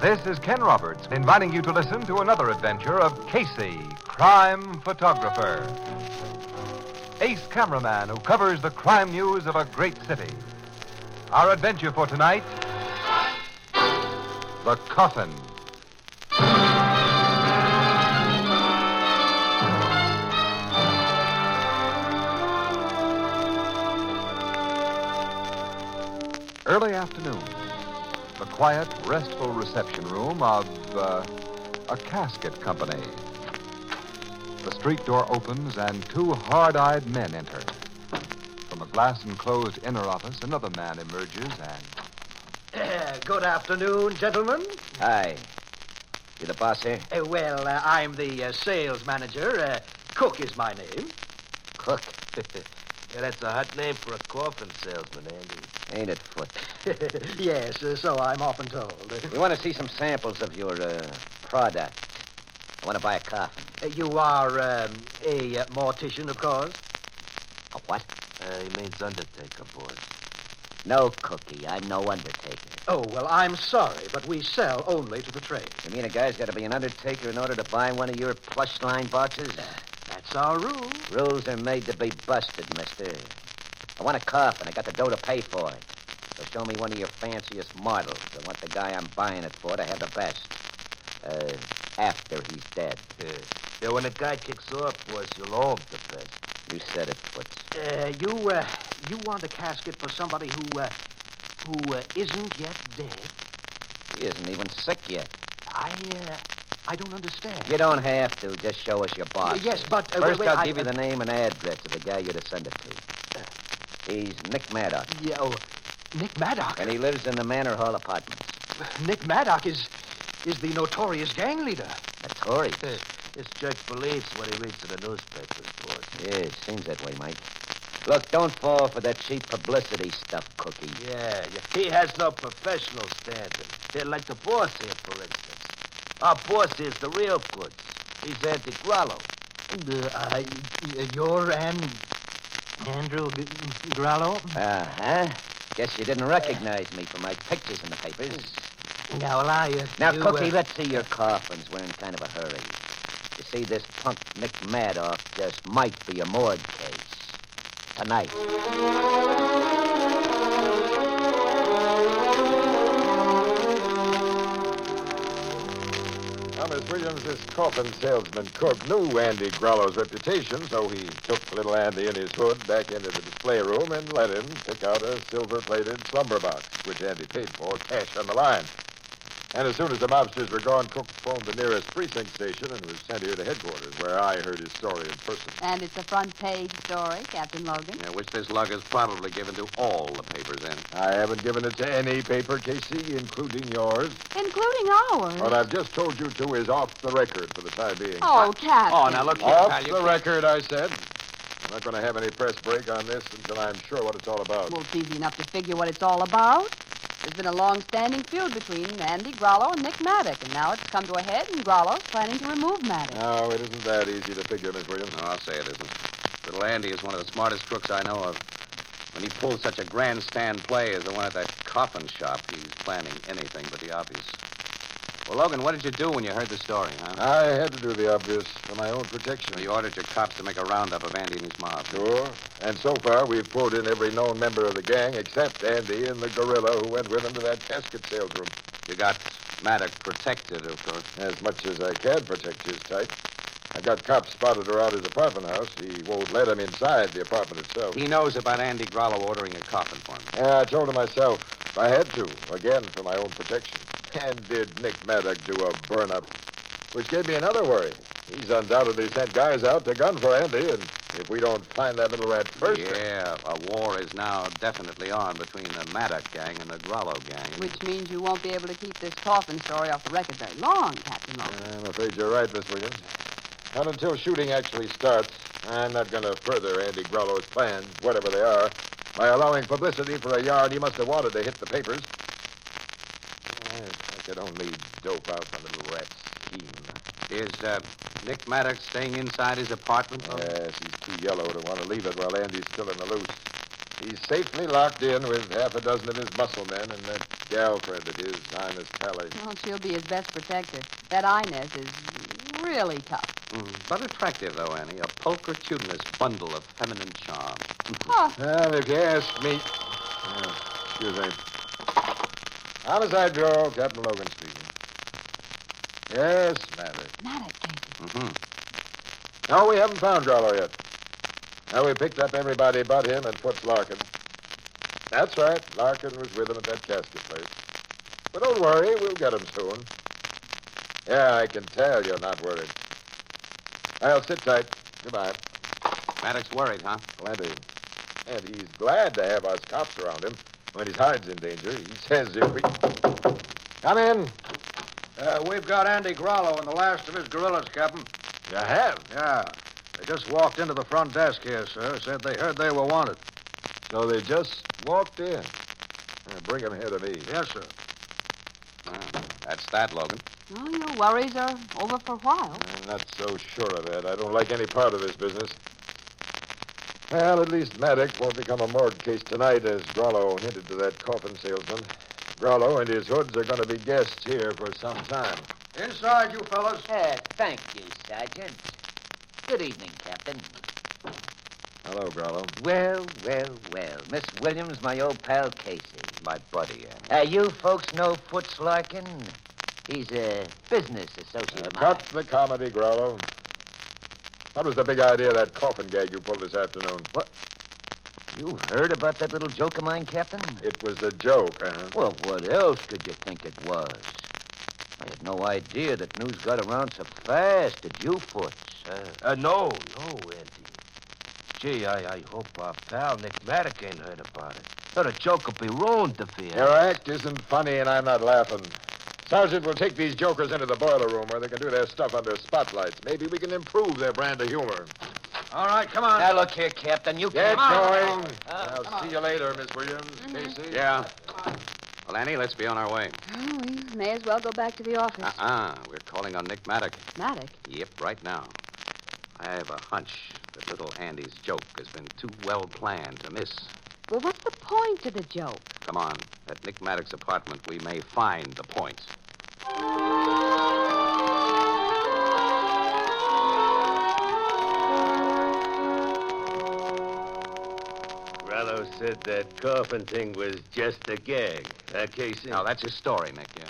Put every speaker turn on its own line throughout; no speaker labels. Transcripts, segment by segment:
This is Ken Roberts inviting you to listen to another adventure of Casey, crime photographer. Ace cameraman who covers the crime news of a great city. Our adventure for tonight The Coffin. Early afternoon, the quiet, restful reception room of uh, a casket company. The street door opens and two hard eyed men enter. From a glass enclosed inner office, another man emerges and.
Good afternoon, gentlemen.
Hi. You the boss here?
Uh, well, uh, I'm the uh, sales manager. Uh, Cook is my name.
Cook.
Yeah, that's a hot name for a coffin salesman, Andy.
Ain't it, Foot?
yes, uh, so I'm often told.
We want to see some samples of your uh, product. I want to buy a coffin.
Uh, you are um, a uh, mortician, of course.
A what?
Uh, he means undertaker, boy.
No, Cookie. I'm no undertaker.
Oh, well, I'm sorry, but we sell only to the trade.
You mean a guy's got to be an undertaker in order to buy one of your plush line boxes?
Uh,
That's our rule.
Rules are made to be busted, mister. I want a coffin. I got the dough to pay for it. So show me one of your fanciest models. I want the guy I'm buying it for to have the best. Uh, after he's dead.
Yeah. yeah, when a guy kicks off, boys, you'll owe him the best.
You said it, Foots.
Uh, you, uh, you want a casket for somebody who, uh, who uh, isn't yet dead?
He isn't even sick yet.
I, uh, I don't understand.
You don't have to. Just show us your box.
Yes, but uh,
First,
wait,
I'll
I-
give you the name and address of the guy you're to send it to. He's Nick Maddox,
Yeah, oh, Nick Maddock.
and he lives in the Manor Hall apartments.
Nick Maddock is is the notorious gang leader.
Notorious.
Yeah, Uh, This jerk believes what he reads in the newspapers, boys.
Yeah, it seems that way, Mike. Look, don't fall for that cheap publicity stuff, Cookie.
Yeah, yeah, he has no professional standing. Yeah, like the boss here, for instance. Our boss here's the real goods. He's Andy Grollo.
Uh, you're An... Andrew G- Grallo?
Uh-huh. Guess you didn't recognize me from my pictures in the papers.
Now, well, I... Uh,
Now,
you,
Cookie,
uh,
let's see your coffins. We're in kind of a hurry. You see, this punk Nick Madoff just might be a morgue case. Tonight.
Now, Miss Williams, this coffin salesman Cook knew Andy Grollo's reputation, so he took little Andy in his hood back into the display room and let him pick out a silver-plated slumber box, which Andy paid for cash on the line. And as soon as the mobsters were gone, Cook phoned the nearest precinct station and was sent here to headquarters, where I heard his story in person.
And it's a front page story, Captain Logan.
Yeah, which this lug has probably given to all the papers in.
I haven't given it to any paper, Casey, including yours.
Including ours.
What I've just told you to is off the record for the time being.
oh, Captain.
Oh, Oh, now look here,
Off
pal, you
the record, I said. I'm not going to have any press break on this until I'm sure what it's all about.
Well, it's easy enough to figure what it's all about. There's been a long-standing feud between Andy Grollo and Nick Maddock, and now it's come to a head, and Grollo's planning to remove Maddock.
No, it isn't that easy to figure, Miss Williams.
No, I'll say it isn't. Little Andy is one of the smartest crooks I know of. When he pulls such a grandstand play as the one at that coffin shop, he's planning anything but the obvious. Well, Logan, what did you do when you heard the story, huh?
I had to do the obvious for my own protection.
So you ordered your cops to make a roundup of Andy and his mob.
Sure. And so far, we've pulled in every known member of the gang except Andy and the gorilla who went with him to that casket sales room.
You got Maddock protected, of course.
As much as I can protect his type. I got cops spotted around his apartment house. He won't let him inside the apartment itself. Ah,
He knows about Andy Grollo ordering a coffin for him.
Yeah, I told him myself. I had to, again, for my own protection. And did Nick Maddock do a burn up? Which gave me another worry. He's undoubtedly sent guys out to gun for Andy, and if we don't find that little rat first.
Yeah, a war is now definitely on between the Maddock gang and the Grollo gang.
Which means you won't be able to keep this coffin story off the record very long, Captain Logan.
I'm afraid you're right, Miss Williams. Not until shooting actually starts, I'm not going to further Andy Grollo's plans, whatever they are, by allowing publicity for a yard he must have wanted to hit the papers. If I could only dope out the little rat's scheme.
Is uh, Nick Maddox staying inside his apartment?
Yes, he's too yellow to want to leave it while Andy's still in the loose. He's safely locked in with half a dozen of his muscle men and that gal friend of his, Inez Talley.
Well, she'll be his best protector. That Inez is really tough.
Mm, but attractive, though, Annie. A pulchritudinous bundle of feminine charm.
Oh,
Well, if you ask me. Oh, excuse me. Homicide Bureau, Captain Logan speaking. Yes, Maverick.
Maddox, Casey.
Mm-hmm.
Mm-hmm. No, we haven't found Growler yet. Now, we picked up everybody but him and Foots Larkin. That's right. Larkin was with him at that casket place. But don't worry, we'll get him soon. Yeah, I can tell you're not worried. Well, sit tight. Goodbye.
Maddox worried, huh?
Plenty. And he's glad to have us cops around him. When his hide's in danger, he says if we. Come in.
Uh, we've got Andy Grollo and the last of his gorillas, Captain.
You have.
Yeah. They just walked into the front desk here, sir. Said they heard they were wanted.
So they just walked in. Yeah, Bring him here to me. Ah,
Yes, sir.
Well, that's that, Logan.
Well, your worries are over for a while.
I'm not so sure of that. I don't like any part of this business. Well, at least Maddox won't become a morgue case tonight, as Grollo hinted to that coffin salesman. Grollo and his hoods are going to be guests here for some time.
Inside, you fellas.
Uh, thank you, Sergeant. Good evening, Captain.
Hello, Grollo.
Well, well, well. Miss Williams, my old pal Casey. My buddy, Uh, you folks know Foots Larkin? He's a business associate of mine.
Cut the comedy, Grollo. What was the big idea of that coffin gag you pulled this afternoon?
You heard about that little joke of mine, Captain?
It was a joke, huh?
Well, what else could you think it was? I had no idea that news got around so fast. Did you, Foots? Uh,
Uh, no, no, Andy. Gee, I, I hope our pal Nick Maddock ain't heard about it. Or the joke will be ruined if he
Your act isn't funny, and I'm not laughing. Sergeant, we'll take these jokers into the boiler room where they can do their stuff under spotlights. Maybe we can improve their brand of humor.
All right, come on.
now, look here, Captain. You
Get
come on.
going.
Uh, Mm-hmm.
I'll see you later, Miss Williams. Casey.
Yeah. Well, Annie, let's be on our way.
Well, we may as well go back to the office.
Uh-uh. We're calling on Nick Maddock.
Maddox,
Yep, right now. I have a hunch that little Andy's joke has been too well planned to miss.
well, what's the point of the joke?
Come on. At Nick Maddock's apartment, we may find the point.
Grello said that coffin thing was just a gag. Uh, Casey?
No, that's his story, Nick, yeah.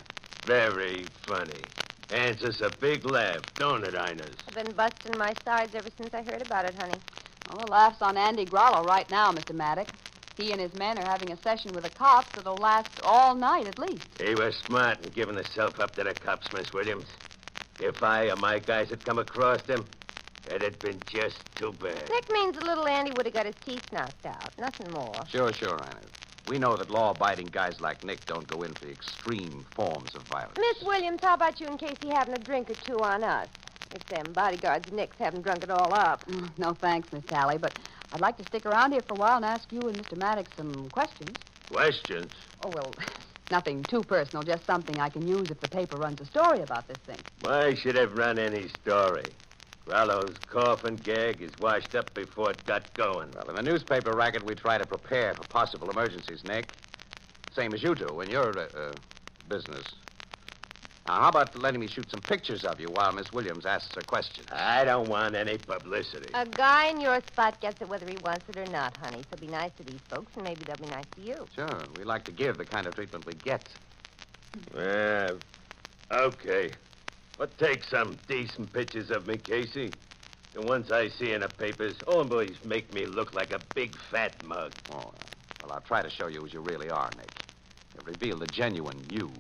Very funny. And it's a big laugh, don't it, Inez?
I've been busting my sides ever since I heard about it, honey.
Well, the laugh's on Andy Grollo right now, Mr. Maddox. He and his men are having a session with the cops that'll last all night at least.
He was smart in giving himself up to the cops, Miss Williams. If I or my guys had come across them, it'd have been just too bad.
Nick means little Andy would have got his teeth knocked out. Nothing more.
Sure, sure, Annie. We know that law-abiding guys like Nick don't go in for extreme forms of violence.
Miss Williams, how about you in case he having a drink or two on us? If them bodyguards of Nick's haven't drunk it all up.
Mm, No thanks, Miss Tally, but I'd like to stick around here for a while and ask you and Mr. Maddox some questions.
Questions?
Oh, well, nothing too personal, just something I can use if the paper runs a story about this thing.
Why should have run any story? Rollo's coffin gag is washed up before it got going.
Well, in the newspaper racket, we try to prepare for possible emergencies, Nick. Same as you do in your uh, uh, business. Now, how about letting me shoot some pictures of you while Miss Williams asks her questions?
I don't want any publicity.
A guy in your spot gets it whether he wants it or not, honey. So be nice to these folks, and maybe they'll be nice to you.
Sure, we like to give the kind of treatment we get.
Well, okay. But take some decent pictures of me, Casey. The ones I see in the papers always make me look like a big fat mug.
Oh, well, I'll try to show you as you really are, Nick. And reveal the genuine you.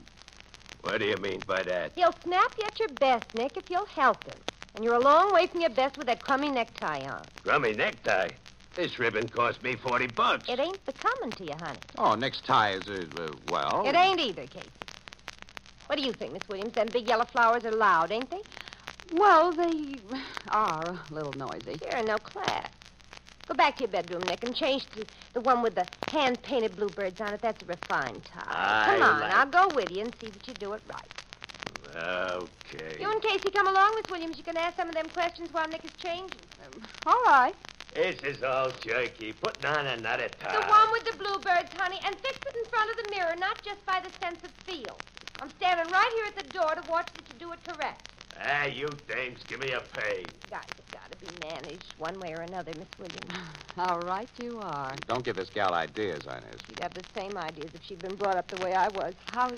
What do you mean by that?
He'll snap you at your best, Nick, if you'll help him. And you're a long way from your best with that crummy necktie on.
Crummy necktie. This ribbon cost me 40 bucks.
It ain't becoming to you, honey.
Oh, Nick's tie is, uh, uh, well.
It ain't either, Casey. What do you think, Miss Williams? Them big yellow flowers are loud, ain't they?
Well, they are a little noisy.
Sure, no class. Go back to your bedroom, Nick, and change to the one with the hand-painted bluebirds on it. That's a refined tie.
I
come on,
like-
I'll go with you and see that you do it right.
Okay.
You and Casey come along, Miss Williams. You can ask some of them questions while Nick is changing.
All right.
This is all jerky. Putting on another tie.
The one with the bluebirds, honey, and fix it in front of the mirror, not just by the sense of feel. I'm standing right here at the door to watch that you do it correct.
Ah, you dames, give me a pay.
Guys, it's got to be managed one way or another, Miss Williams.
How right you are.
Don't give this gal ideas, Inez.
She'd have the same ideas if she'd been brought up the way I was.
How,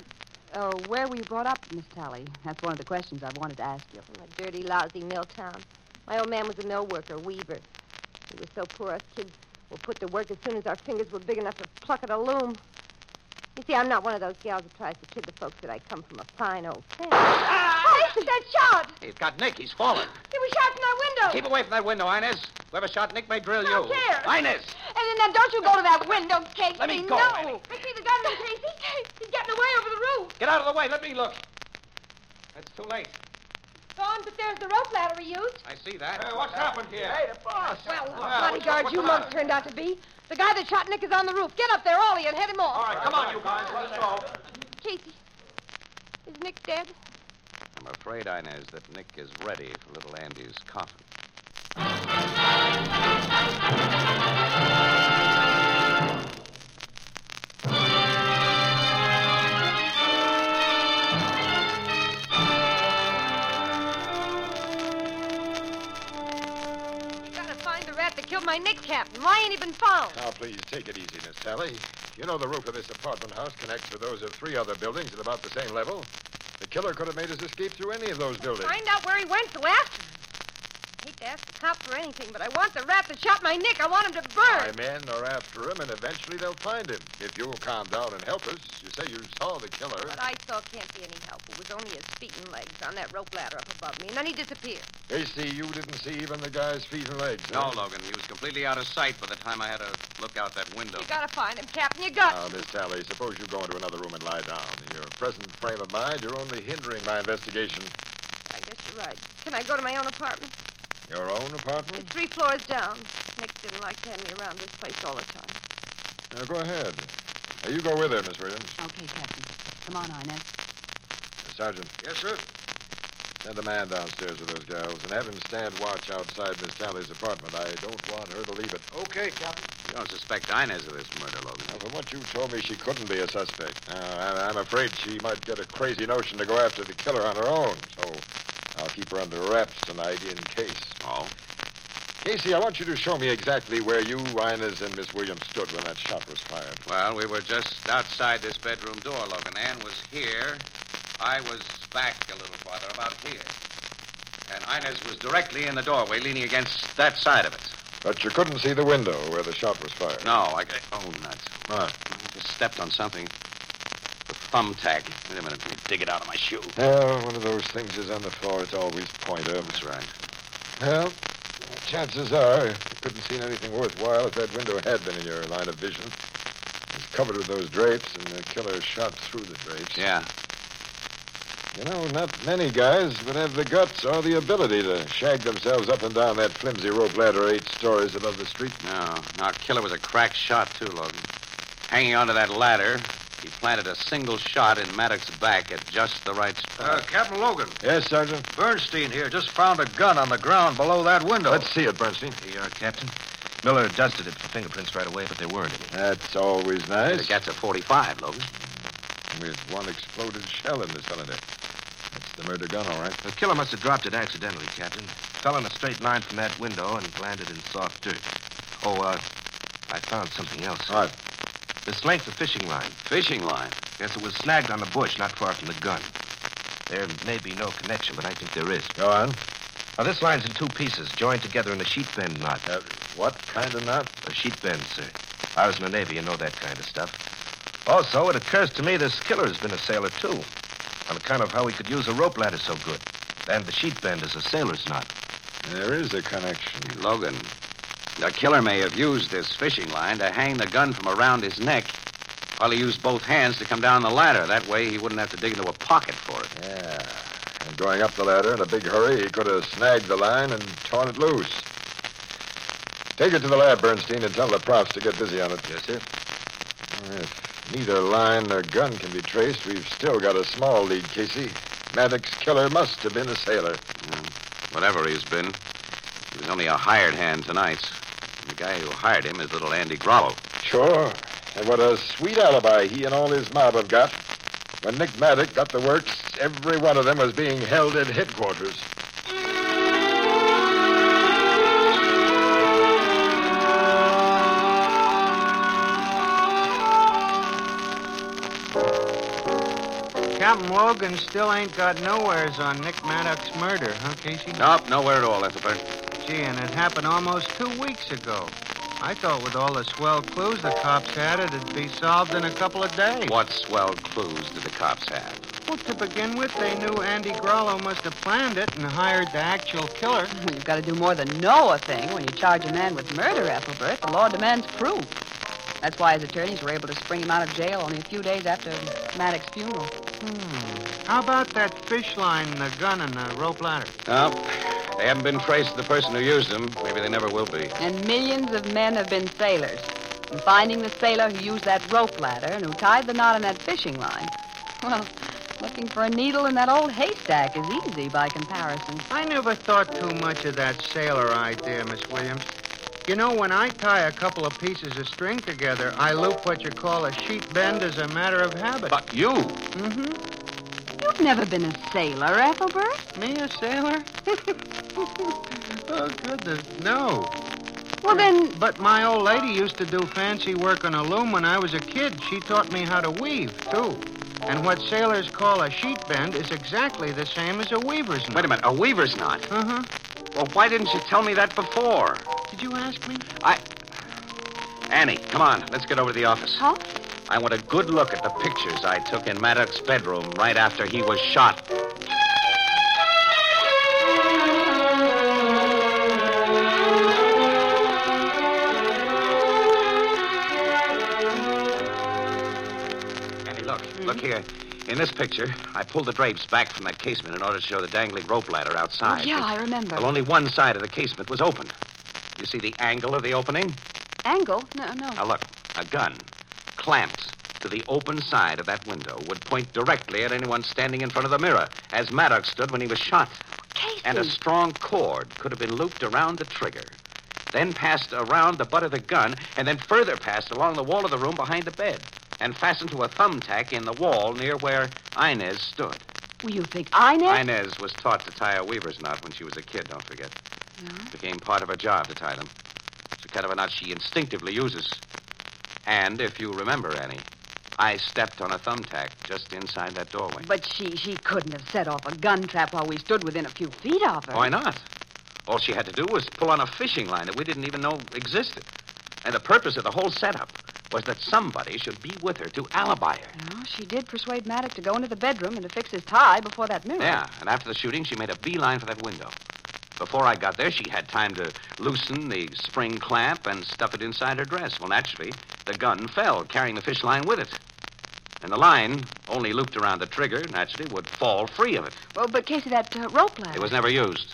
uh, where were you brought up, Miss Tally? That's one of the questions I wanted to ask you.
From a dirty, lousy mill town. My old man was a mill worker, weaver. He was so poor us kids were put to work as soon as our fingers were big enough to pluck at a loom. You see, I'm not one of those gals that tries to kid the folks that I come from a fine old town. Ah! Hey, that shot!
He's got Nick. He's fallen.
He was shot from that window!
Keep away from that window, Inez. Whoever shot Nick may drill
Don't
you.
care.
Inez!
And then now don't you go to that window, Casey.
Let me go,
No.
Annie.
I see the gunman, Casey. He's getting away over the roof.
Get out of the way. Let me look. That's too late.
Gone, but there's the rope ladder he used.
I see that. what's happened here? Hey, the boss.
Well, the
Well,
bodyguard
what's-
you
what's the
monks turned out to be. The guy that shot Nick is on the roof. Get up there, Ollie, and head him off.
All right, come on, you guys. Let us go.
Casey, is Nick dead?
I'm afraid, Inez, that Nick is ready for little Andy's coffin.
We gotta find the rat that killed my Nick, Captain. Why ain't he been found?
Now, please, take it easy, Miss Sally. You know the roof of this apartment house connects with those of three other buildings at about the same level. The killer could have made his escape through any of those buildings.
Find out where he went, so after him. Hate to ask the cop for anything, but I want the rat that shot my Nick. I want him to
My
burn.
men are after him, and eventually they'll find him. If you'll calm down and help us, you say you saw the killer.
What I saw can't be any help. It was only his feet and legs on that rope ladder up above me, and then he disappeared.
Casey, you didn't see even the guy's feet and legs.
No,
huh?
Logan. He was completely out of sight by the time I had to look out that window.
You gotta find him, Captain. You got.
Now, Miss Sally, suppose you go into another room and lie down. In your present frame of mind, you're only hindering my investigation.
I guess you're right. Can I go to my own apartment?
Your own apartment?
It's three floors down. Nick didn't like to have me around this place all the time.
Now, go ahead. Now, you go with her, Miss Williams.
Okay, Captain. Come on, Inez.
Sergeant. Yes, sir. Send a man downstairs with those gals and have him stand watch outside Miss Tally's apartment. I don't want her to leave it.
Okay, Captain. You don't suspect Inez of this murder, Logan.
Now, from what you told me, she couldn't be a suspect. Now, I, I'm afraid she might get a crazy notion to go after the killer on her own, so I'll keep her under wraps tonight in case.
Oh?
Casey, I want you to show me exactly where you, Inez, and Miss Williams stood when that shot was fired.
Well, we were just outside this bedroom door, Logan. Ann was here. I was back a little farther, about here. And Inez was directly in the doorway, leaning against that side of it.
But you couldn't see the window where the shot was fired.
No, I... Oh, nuts.
What?
I just stepped on something. The thumbtack. Wait a minute. Let me dig it out of my shoe.
Well, Uh, one of those things is on the floor. It's always pointer.
That's right.
Well, chances are you couldn't see anything worthwhile if that window had been in your line of vision. It's covered with those drapes, and the killer shot through the drapes.
Yeah.
You know, not many guys would have the guts or the ability to shag themselves up and down that flimsy rope ladder eight stories above the street.
No. no, Our killer was a crack shot, too, Logan. Hanging onto that ladder, he planted a single shot in Maddox's back at just the right spot.
Uh, Captain Logan,
Yes, Sergeant?
Bernstein here just found a gun on the ground below that window.
Let's see it, Bernstein.
Here you are, Captain. Miller dusted it for fingerprints right away, but there weren't any.
That's always
It
nice.
gets a 45, Logan.
With one exploded shell in the cylinder. That's the murder gun, all right.
The killer must have dropped it accidentally, Captain. Fell in a straight line from that window and landed in soft dirt. Oh, uh, I found something else.
All right.
This length of fishing line.
Fishing line.
Yes, it was snagged on the bush not far from the gun. There may be no connection, but I think there is.
Go on.
Now, this line's in two pieces, joined together in a sheet bend knot.
Uh, what kind of knot?
A sheet bend, sir. I was in the Navy, you know that kind of stuff. Also, it occurs to me this killer has been a sailor, too, on account of how he could use a rope ladder so good. And the sheet bend is a sailor's knot.
There is a connection.
Logan, the killer may have used this fishing line to hang the gun from around his neck while he used both hands to come down the ladder. That way, he wouldn't have to dig into a pocket for it.
Yeah. And going up the ladder in a big hurry, he could have snagged the line and torn it loose. Take it to the lab, Bernstein, and tell the props to get busy on it. Yes, sir. If neither line nor gun can be traced, we've still got a small lead, Casey. Maddox's killer must have been a sailor.
Whatever he's been, he was only a hired hand tonight. The guy who hired him is little Andy Grollo.
Sure. And what a sweet alibi he and all his mob have got. When Nick Maddock got the works, every one of them was being held at headquarters.
Captain Logan still ain't got nowheres on Nick Maddock's murder, huh, Casey?
Nope, nowhere at all, Ethelbert.
Gee, and it happened almost two weeks ago. I thought with all the swell clues the cops had, it'd be solved in a couple of days.
What swell clues did the cops have?
Well, to begin with, they knew Andy Grollo must have planned it and hired the actual killer.
Well, you've got to do more than know a thing when you charge a man with murder, Ethelbert. The law demands proof. That's why his attorneys were able to spring him out of jail only a few days after Maddox's funeral.
Hmm. How about that fish line, the gun, and the rope ladder?
Nope. They haven't been traced to the person who used them. Maybe they never will be.
And millions of men have been sailors. And finding the sailor who used that rope ladder and who tied the knot in that fishing line. Well, looking for a needle in that old haystack is easy by comparison.
I never thought too much of that sailor idea, Miss Williams. You know, when I tie a couple of pieces of string together, I loop what you call a sheet bend as a matter of habit.
But you?
Mm-hmm.
You've never been a sailor, Ethelbert.
Me a sailor? oh, goodness, no.
Well, then.
But my old lady used to do fancy work on a loom when I was a kid. She taught me how to weave, too. And what sailors call a sheet bend is exactly the same as a weaver's knot.
Wait a minute, a weaver's knot?
Uh huh.
Well, why didn't you tell me that before?
Did you ask me?
I. Annie, come on, let's get over to the office.
Huh?
I want a good look at the pictures I took in Maddox's bedroom right after he was shot.
Hmm.
Look here. In this picture, I pulled the drapes back from that casement in order to show the dangling rope ladder outside.
Oh, yeah, I remember.
Well, only one side of the casement was open. You see the angle of the opening?
Angle? No, no.
Now look, a gun clamped to the open side of that window would point directly at anyone standing in front of the mirror, as Maddox stood when he was shot.
Casey.
And a strong cord could have been looped around the trigger, then passed around the butt of the gun, and then further passed along the wall of the room behind the bed and fastened to a thumbtack in the wall near where Inez stood.
Well, you think Inez?
Inez was taught to tie a weaver's knot when she was a kid, don't forget.
No.
It became part of her job to tie them. It's the kind of a knot she instinctively uses. And if you remember, Annie, I stepped on a thumbtack just inside that doorway.
But she she couldn't have set off a gun trap while we stood within a few feet of her.
Why not? All she had to do was pull on a fishing line that we didn't even know existed. And the purpose of the whole setup was that somebody should be with her to alibi her.
Well, she did persuade Maddox to go into the bedroom and to fix his tie before that mirror.
Yeah, and after the shooting, she made a beeline for that window. Before I got there, she had time to loosen the spring clamp and stuff it inside her dress. Well, naturally, the gun fell, carrying the fish line with it. And the line, only looped around the trigger, naturally, would fall free of it.
Well, but Casey, that uh, rope ladder.
It was never used.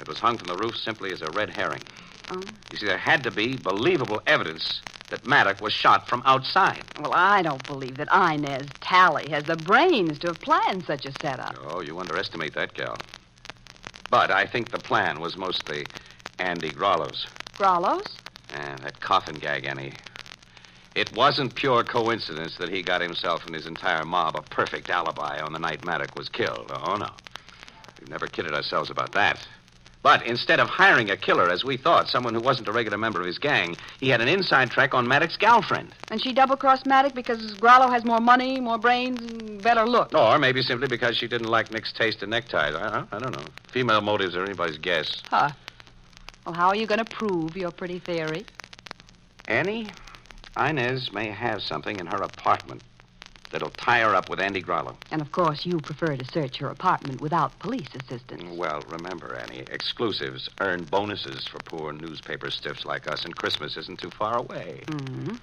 It was hung from the roof simply as a red herring.
Oh.
You see, there had to be believable evidence that Maddox was shot from outside.
Well, I don't believe that Inez Tally has the brains to have planned such a setup.
Oh, you underestimate that gal. But I think the plan was mostly Andy Grollo's.
Grollo's?
Yeah, that coffin gag, Annie. It wasn't pure coincidence that he got himself and his entire mob a perfect alibi on the night Maddox was killed. Oh, no. We've never kidded ourselves about that. But instead of hiring a killer, as we thought, someone who wasn't a regular member of his gang, he had an inside track on Maddox's girlfriend.
And she double crossed Maddox because Grollo has more money, more brains, and better look.
Or maybe simply because she didn't like Nick's taste in neckties. I, I, I don't know. Female motives are anybody's guess.
Huh. Well, how are you going to prove your pretty theory?
Annie, Inez may have something in her apartment that'll tie her up with Andy Grollo.
And of course, you prefer to search her apartment without police assistance.
Well, remember, Annie, exclusives earn bonuses for poor newspaper stiffs like us, and Christmas isn't too far away.
Mm-hmm.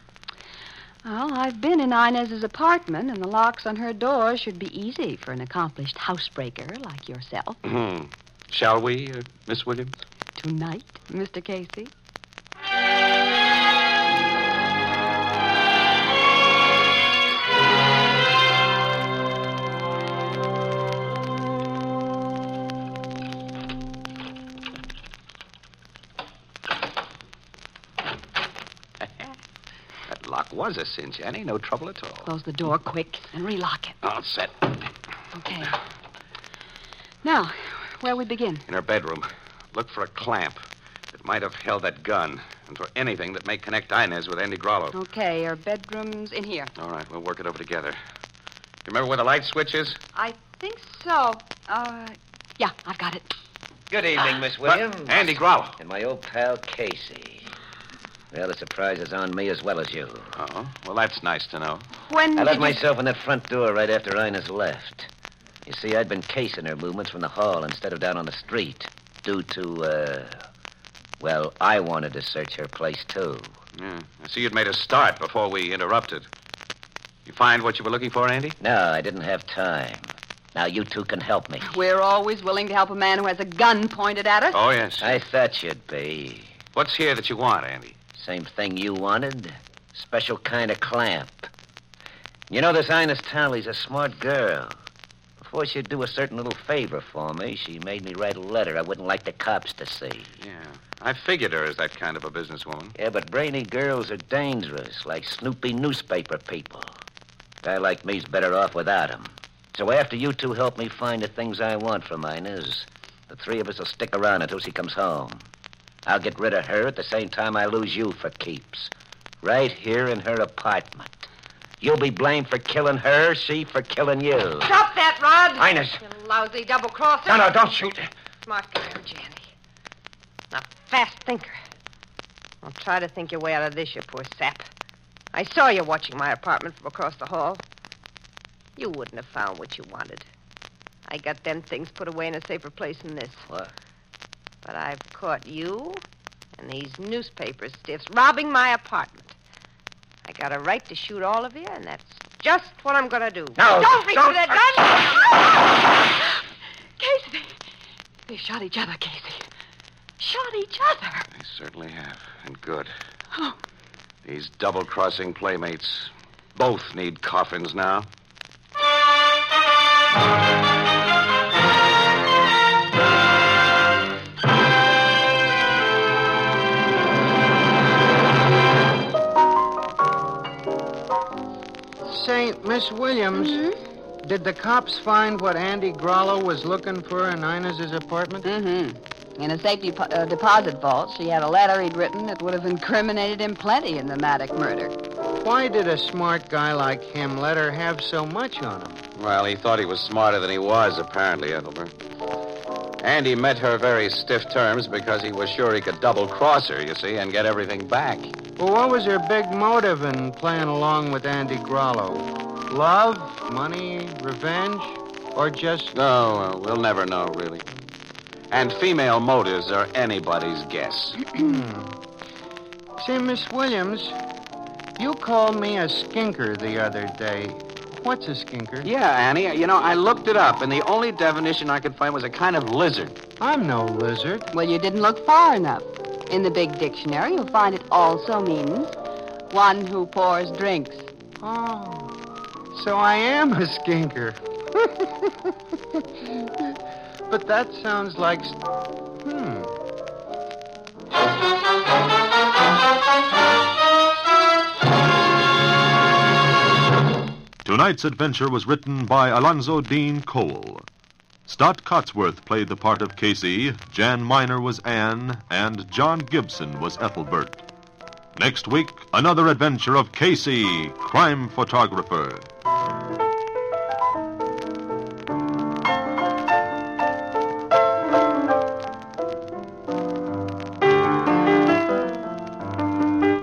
Well, I've been in Inez's apartment, and the locks on her doors should be easy for an accomplished housebreaker like yourself.
Mm-hmm. Shall we, uh, Miss Williams?
Tonight, Mr. Casey.
lock was a cinch, Annie. No trouble at all.
Close the door quick and relock it.
All set.
Okay. Now, where we begin?
In her bedroom, look for a clamp that might have held that gun and for anything that may connect Inez with Andy Grollo.
Okay, our bedroom's in here.
All right, we'll work it over together. You remember where the light switch is?
I think so. Uh, yeah, I've got it.
Good
Ah.
evening, Miss Williams.
Andy Grollo.
And my old pal, Casey. Well, the surprise is on me as well as you.
Oh, well, that's nice to know.
When
I
did
let
you-
myself in that front door right after Ina's left. You see, I'd been casing her movements from the hall instead of down on the street due to, uh, well, I wanted to search her place, too.
Yeah. I see you'd made a start before we interrupted. You find what you were looking for, Andy?
No, I didn't have time. Now you two can help me.
We're always willing to help a man who has a gun pointed at us.
Oh, yes.
I thought you'd be.
What's here that you want, Andy?
Same thing you wanted. Special kind of clamp. You know, this Ines Townley's a smart girl. Before she'd do a certain little favor for me, she made me write a letter I wouldn't like the cops to see.
Yeah. I figured her as that kind of a businesswoman.
Yeah, but brainy girls are dangerous, like snoopy newspaper people. Guy like me's better off without 'em. So after you two help me find the things I want from Inez, the three of us will stick around until she comes home. I'll get rid of her at the same time I lose you for keeps. Right here in her apartment. You'll be blamed for killing her, she for killing you.
Stop that, Rod.
Inez!
You lousy double crosser.
No, no, don't shoot.
Smart girl, Janny. And a fast thinker. Well, try to think your way out of this, you poor sap. I saw you watching my apartment from across the hall. You wouldn't have found what you wanted. I got them things put away in a safer place than this.
What?
But I've caught you and these newspaper stiffs robbing my apartment. I got a right to shoot all of you, and that's just what I'm going to do.
No,
don't reach for
don't-
that gun!
Casey, they, they shot each other, Casey. Shot each other.
They certainly have, and good.
Oh.
These double crossing playmates both need coffins now.
Saint Miss Williams.
Mm-hmm.
Did the cops find what Andy Grollo was looking for in Inez's apartment?
Mm-hmm. In a safety po- uh, deposit vault, she had a letter he'd written that would have incriminated him plenty in the Maddock murder.
Why did a smart guy like him let her have so much on him?
Well, he thought he was smarter than he was, apparently, Ethelbert. Andy met her very stiff terms because he was sure he could double cross her, you see, and get everything back.
Well, what was her big motive in playing along with Andy Grollo? Love, money, revenge, or just
No, uh, we'll never know, really. And female motives are anybody's guess.
See, Miss Williams, you called me a skinker the other day. What's a skinker?
Yeah, Annie, you know, I looked it up, and the only definition I could find was a kind of lizard.
I'm no lizard.
Well, you didn't look far enough. In the big dictionary, you'll find it also means one who pours drinks.
Oh, so I am a skinker. but that sounds like. s- Hmm.
Tonight's adventure was written by Alonzo Dean Cole. Stott Cotsworth played the part of Casey, Jan Miner was Anne, and John Gibson was Ethelbert. Next week, another adventure of Casey, crime photographer.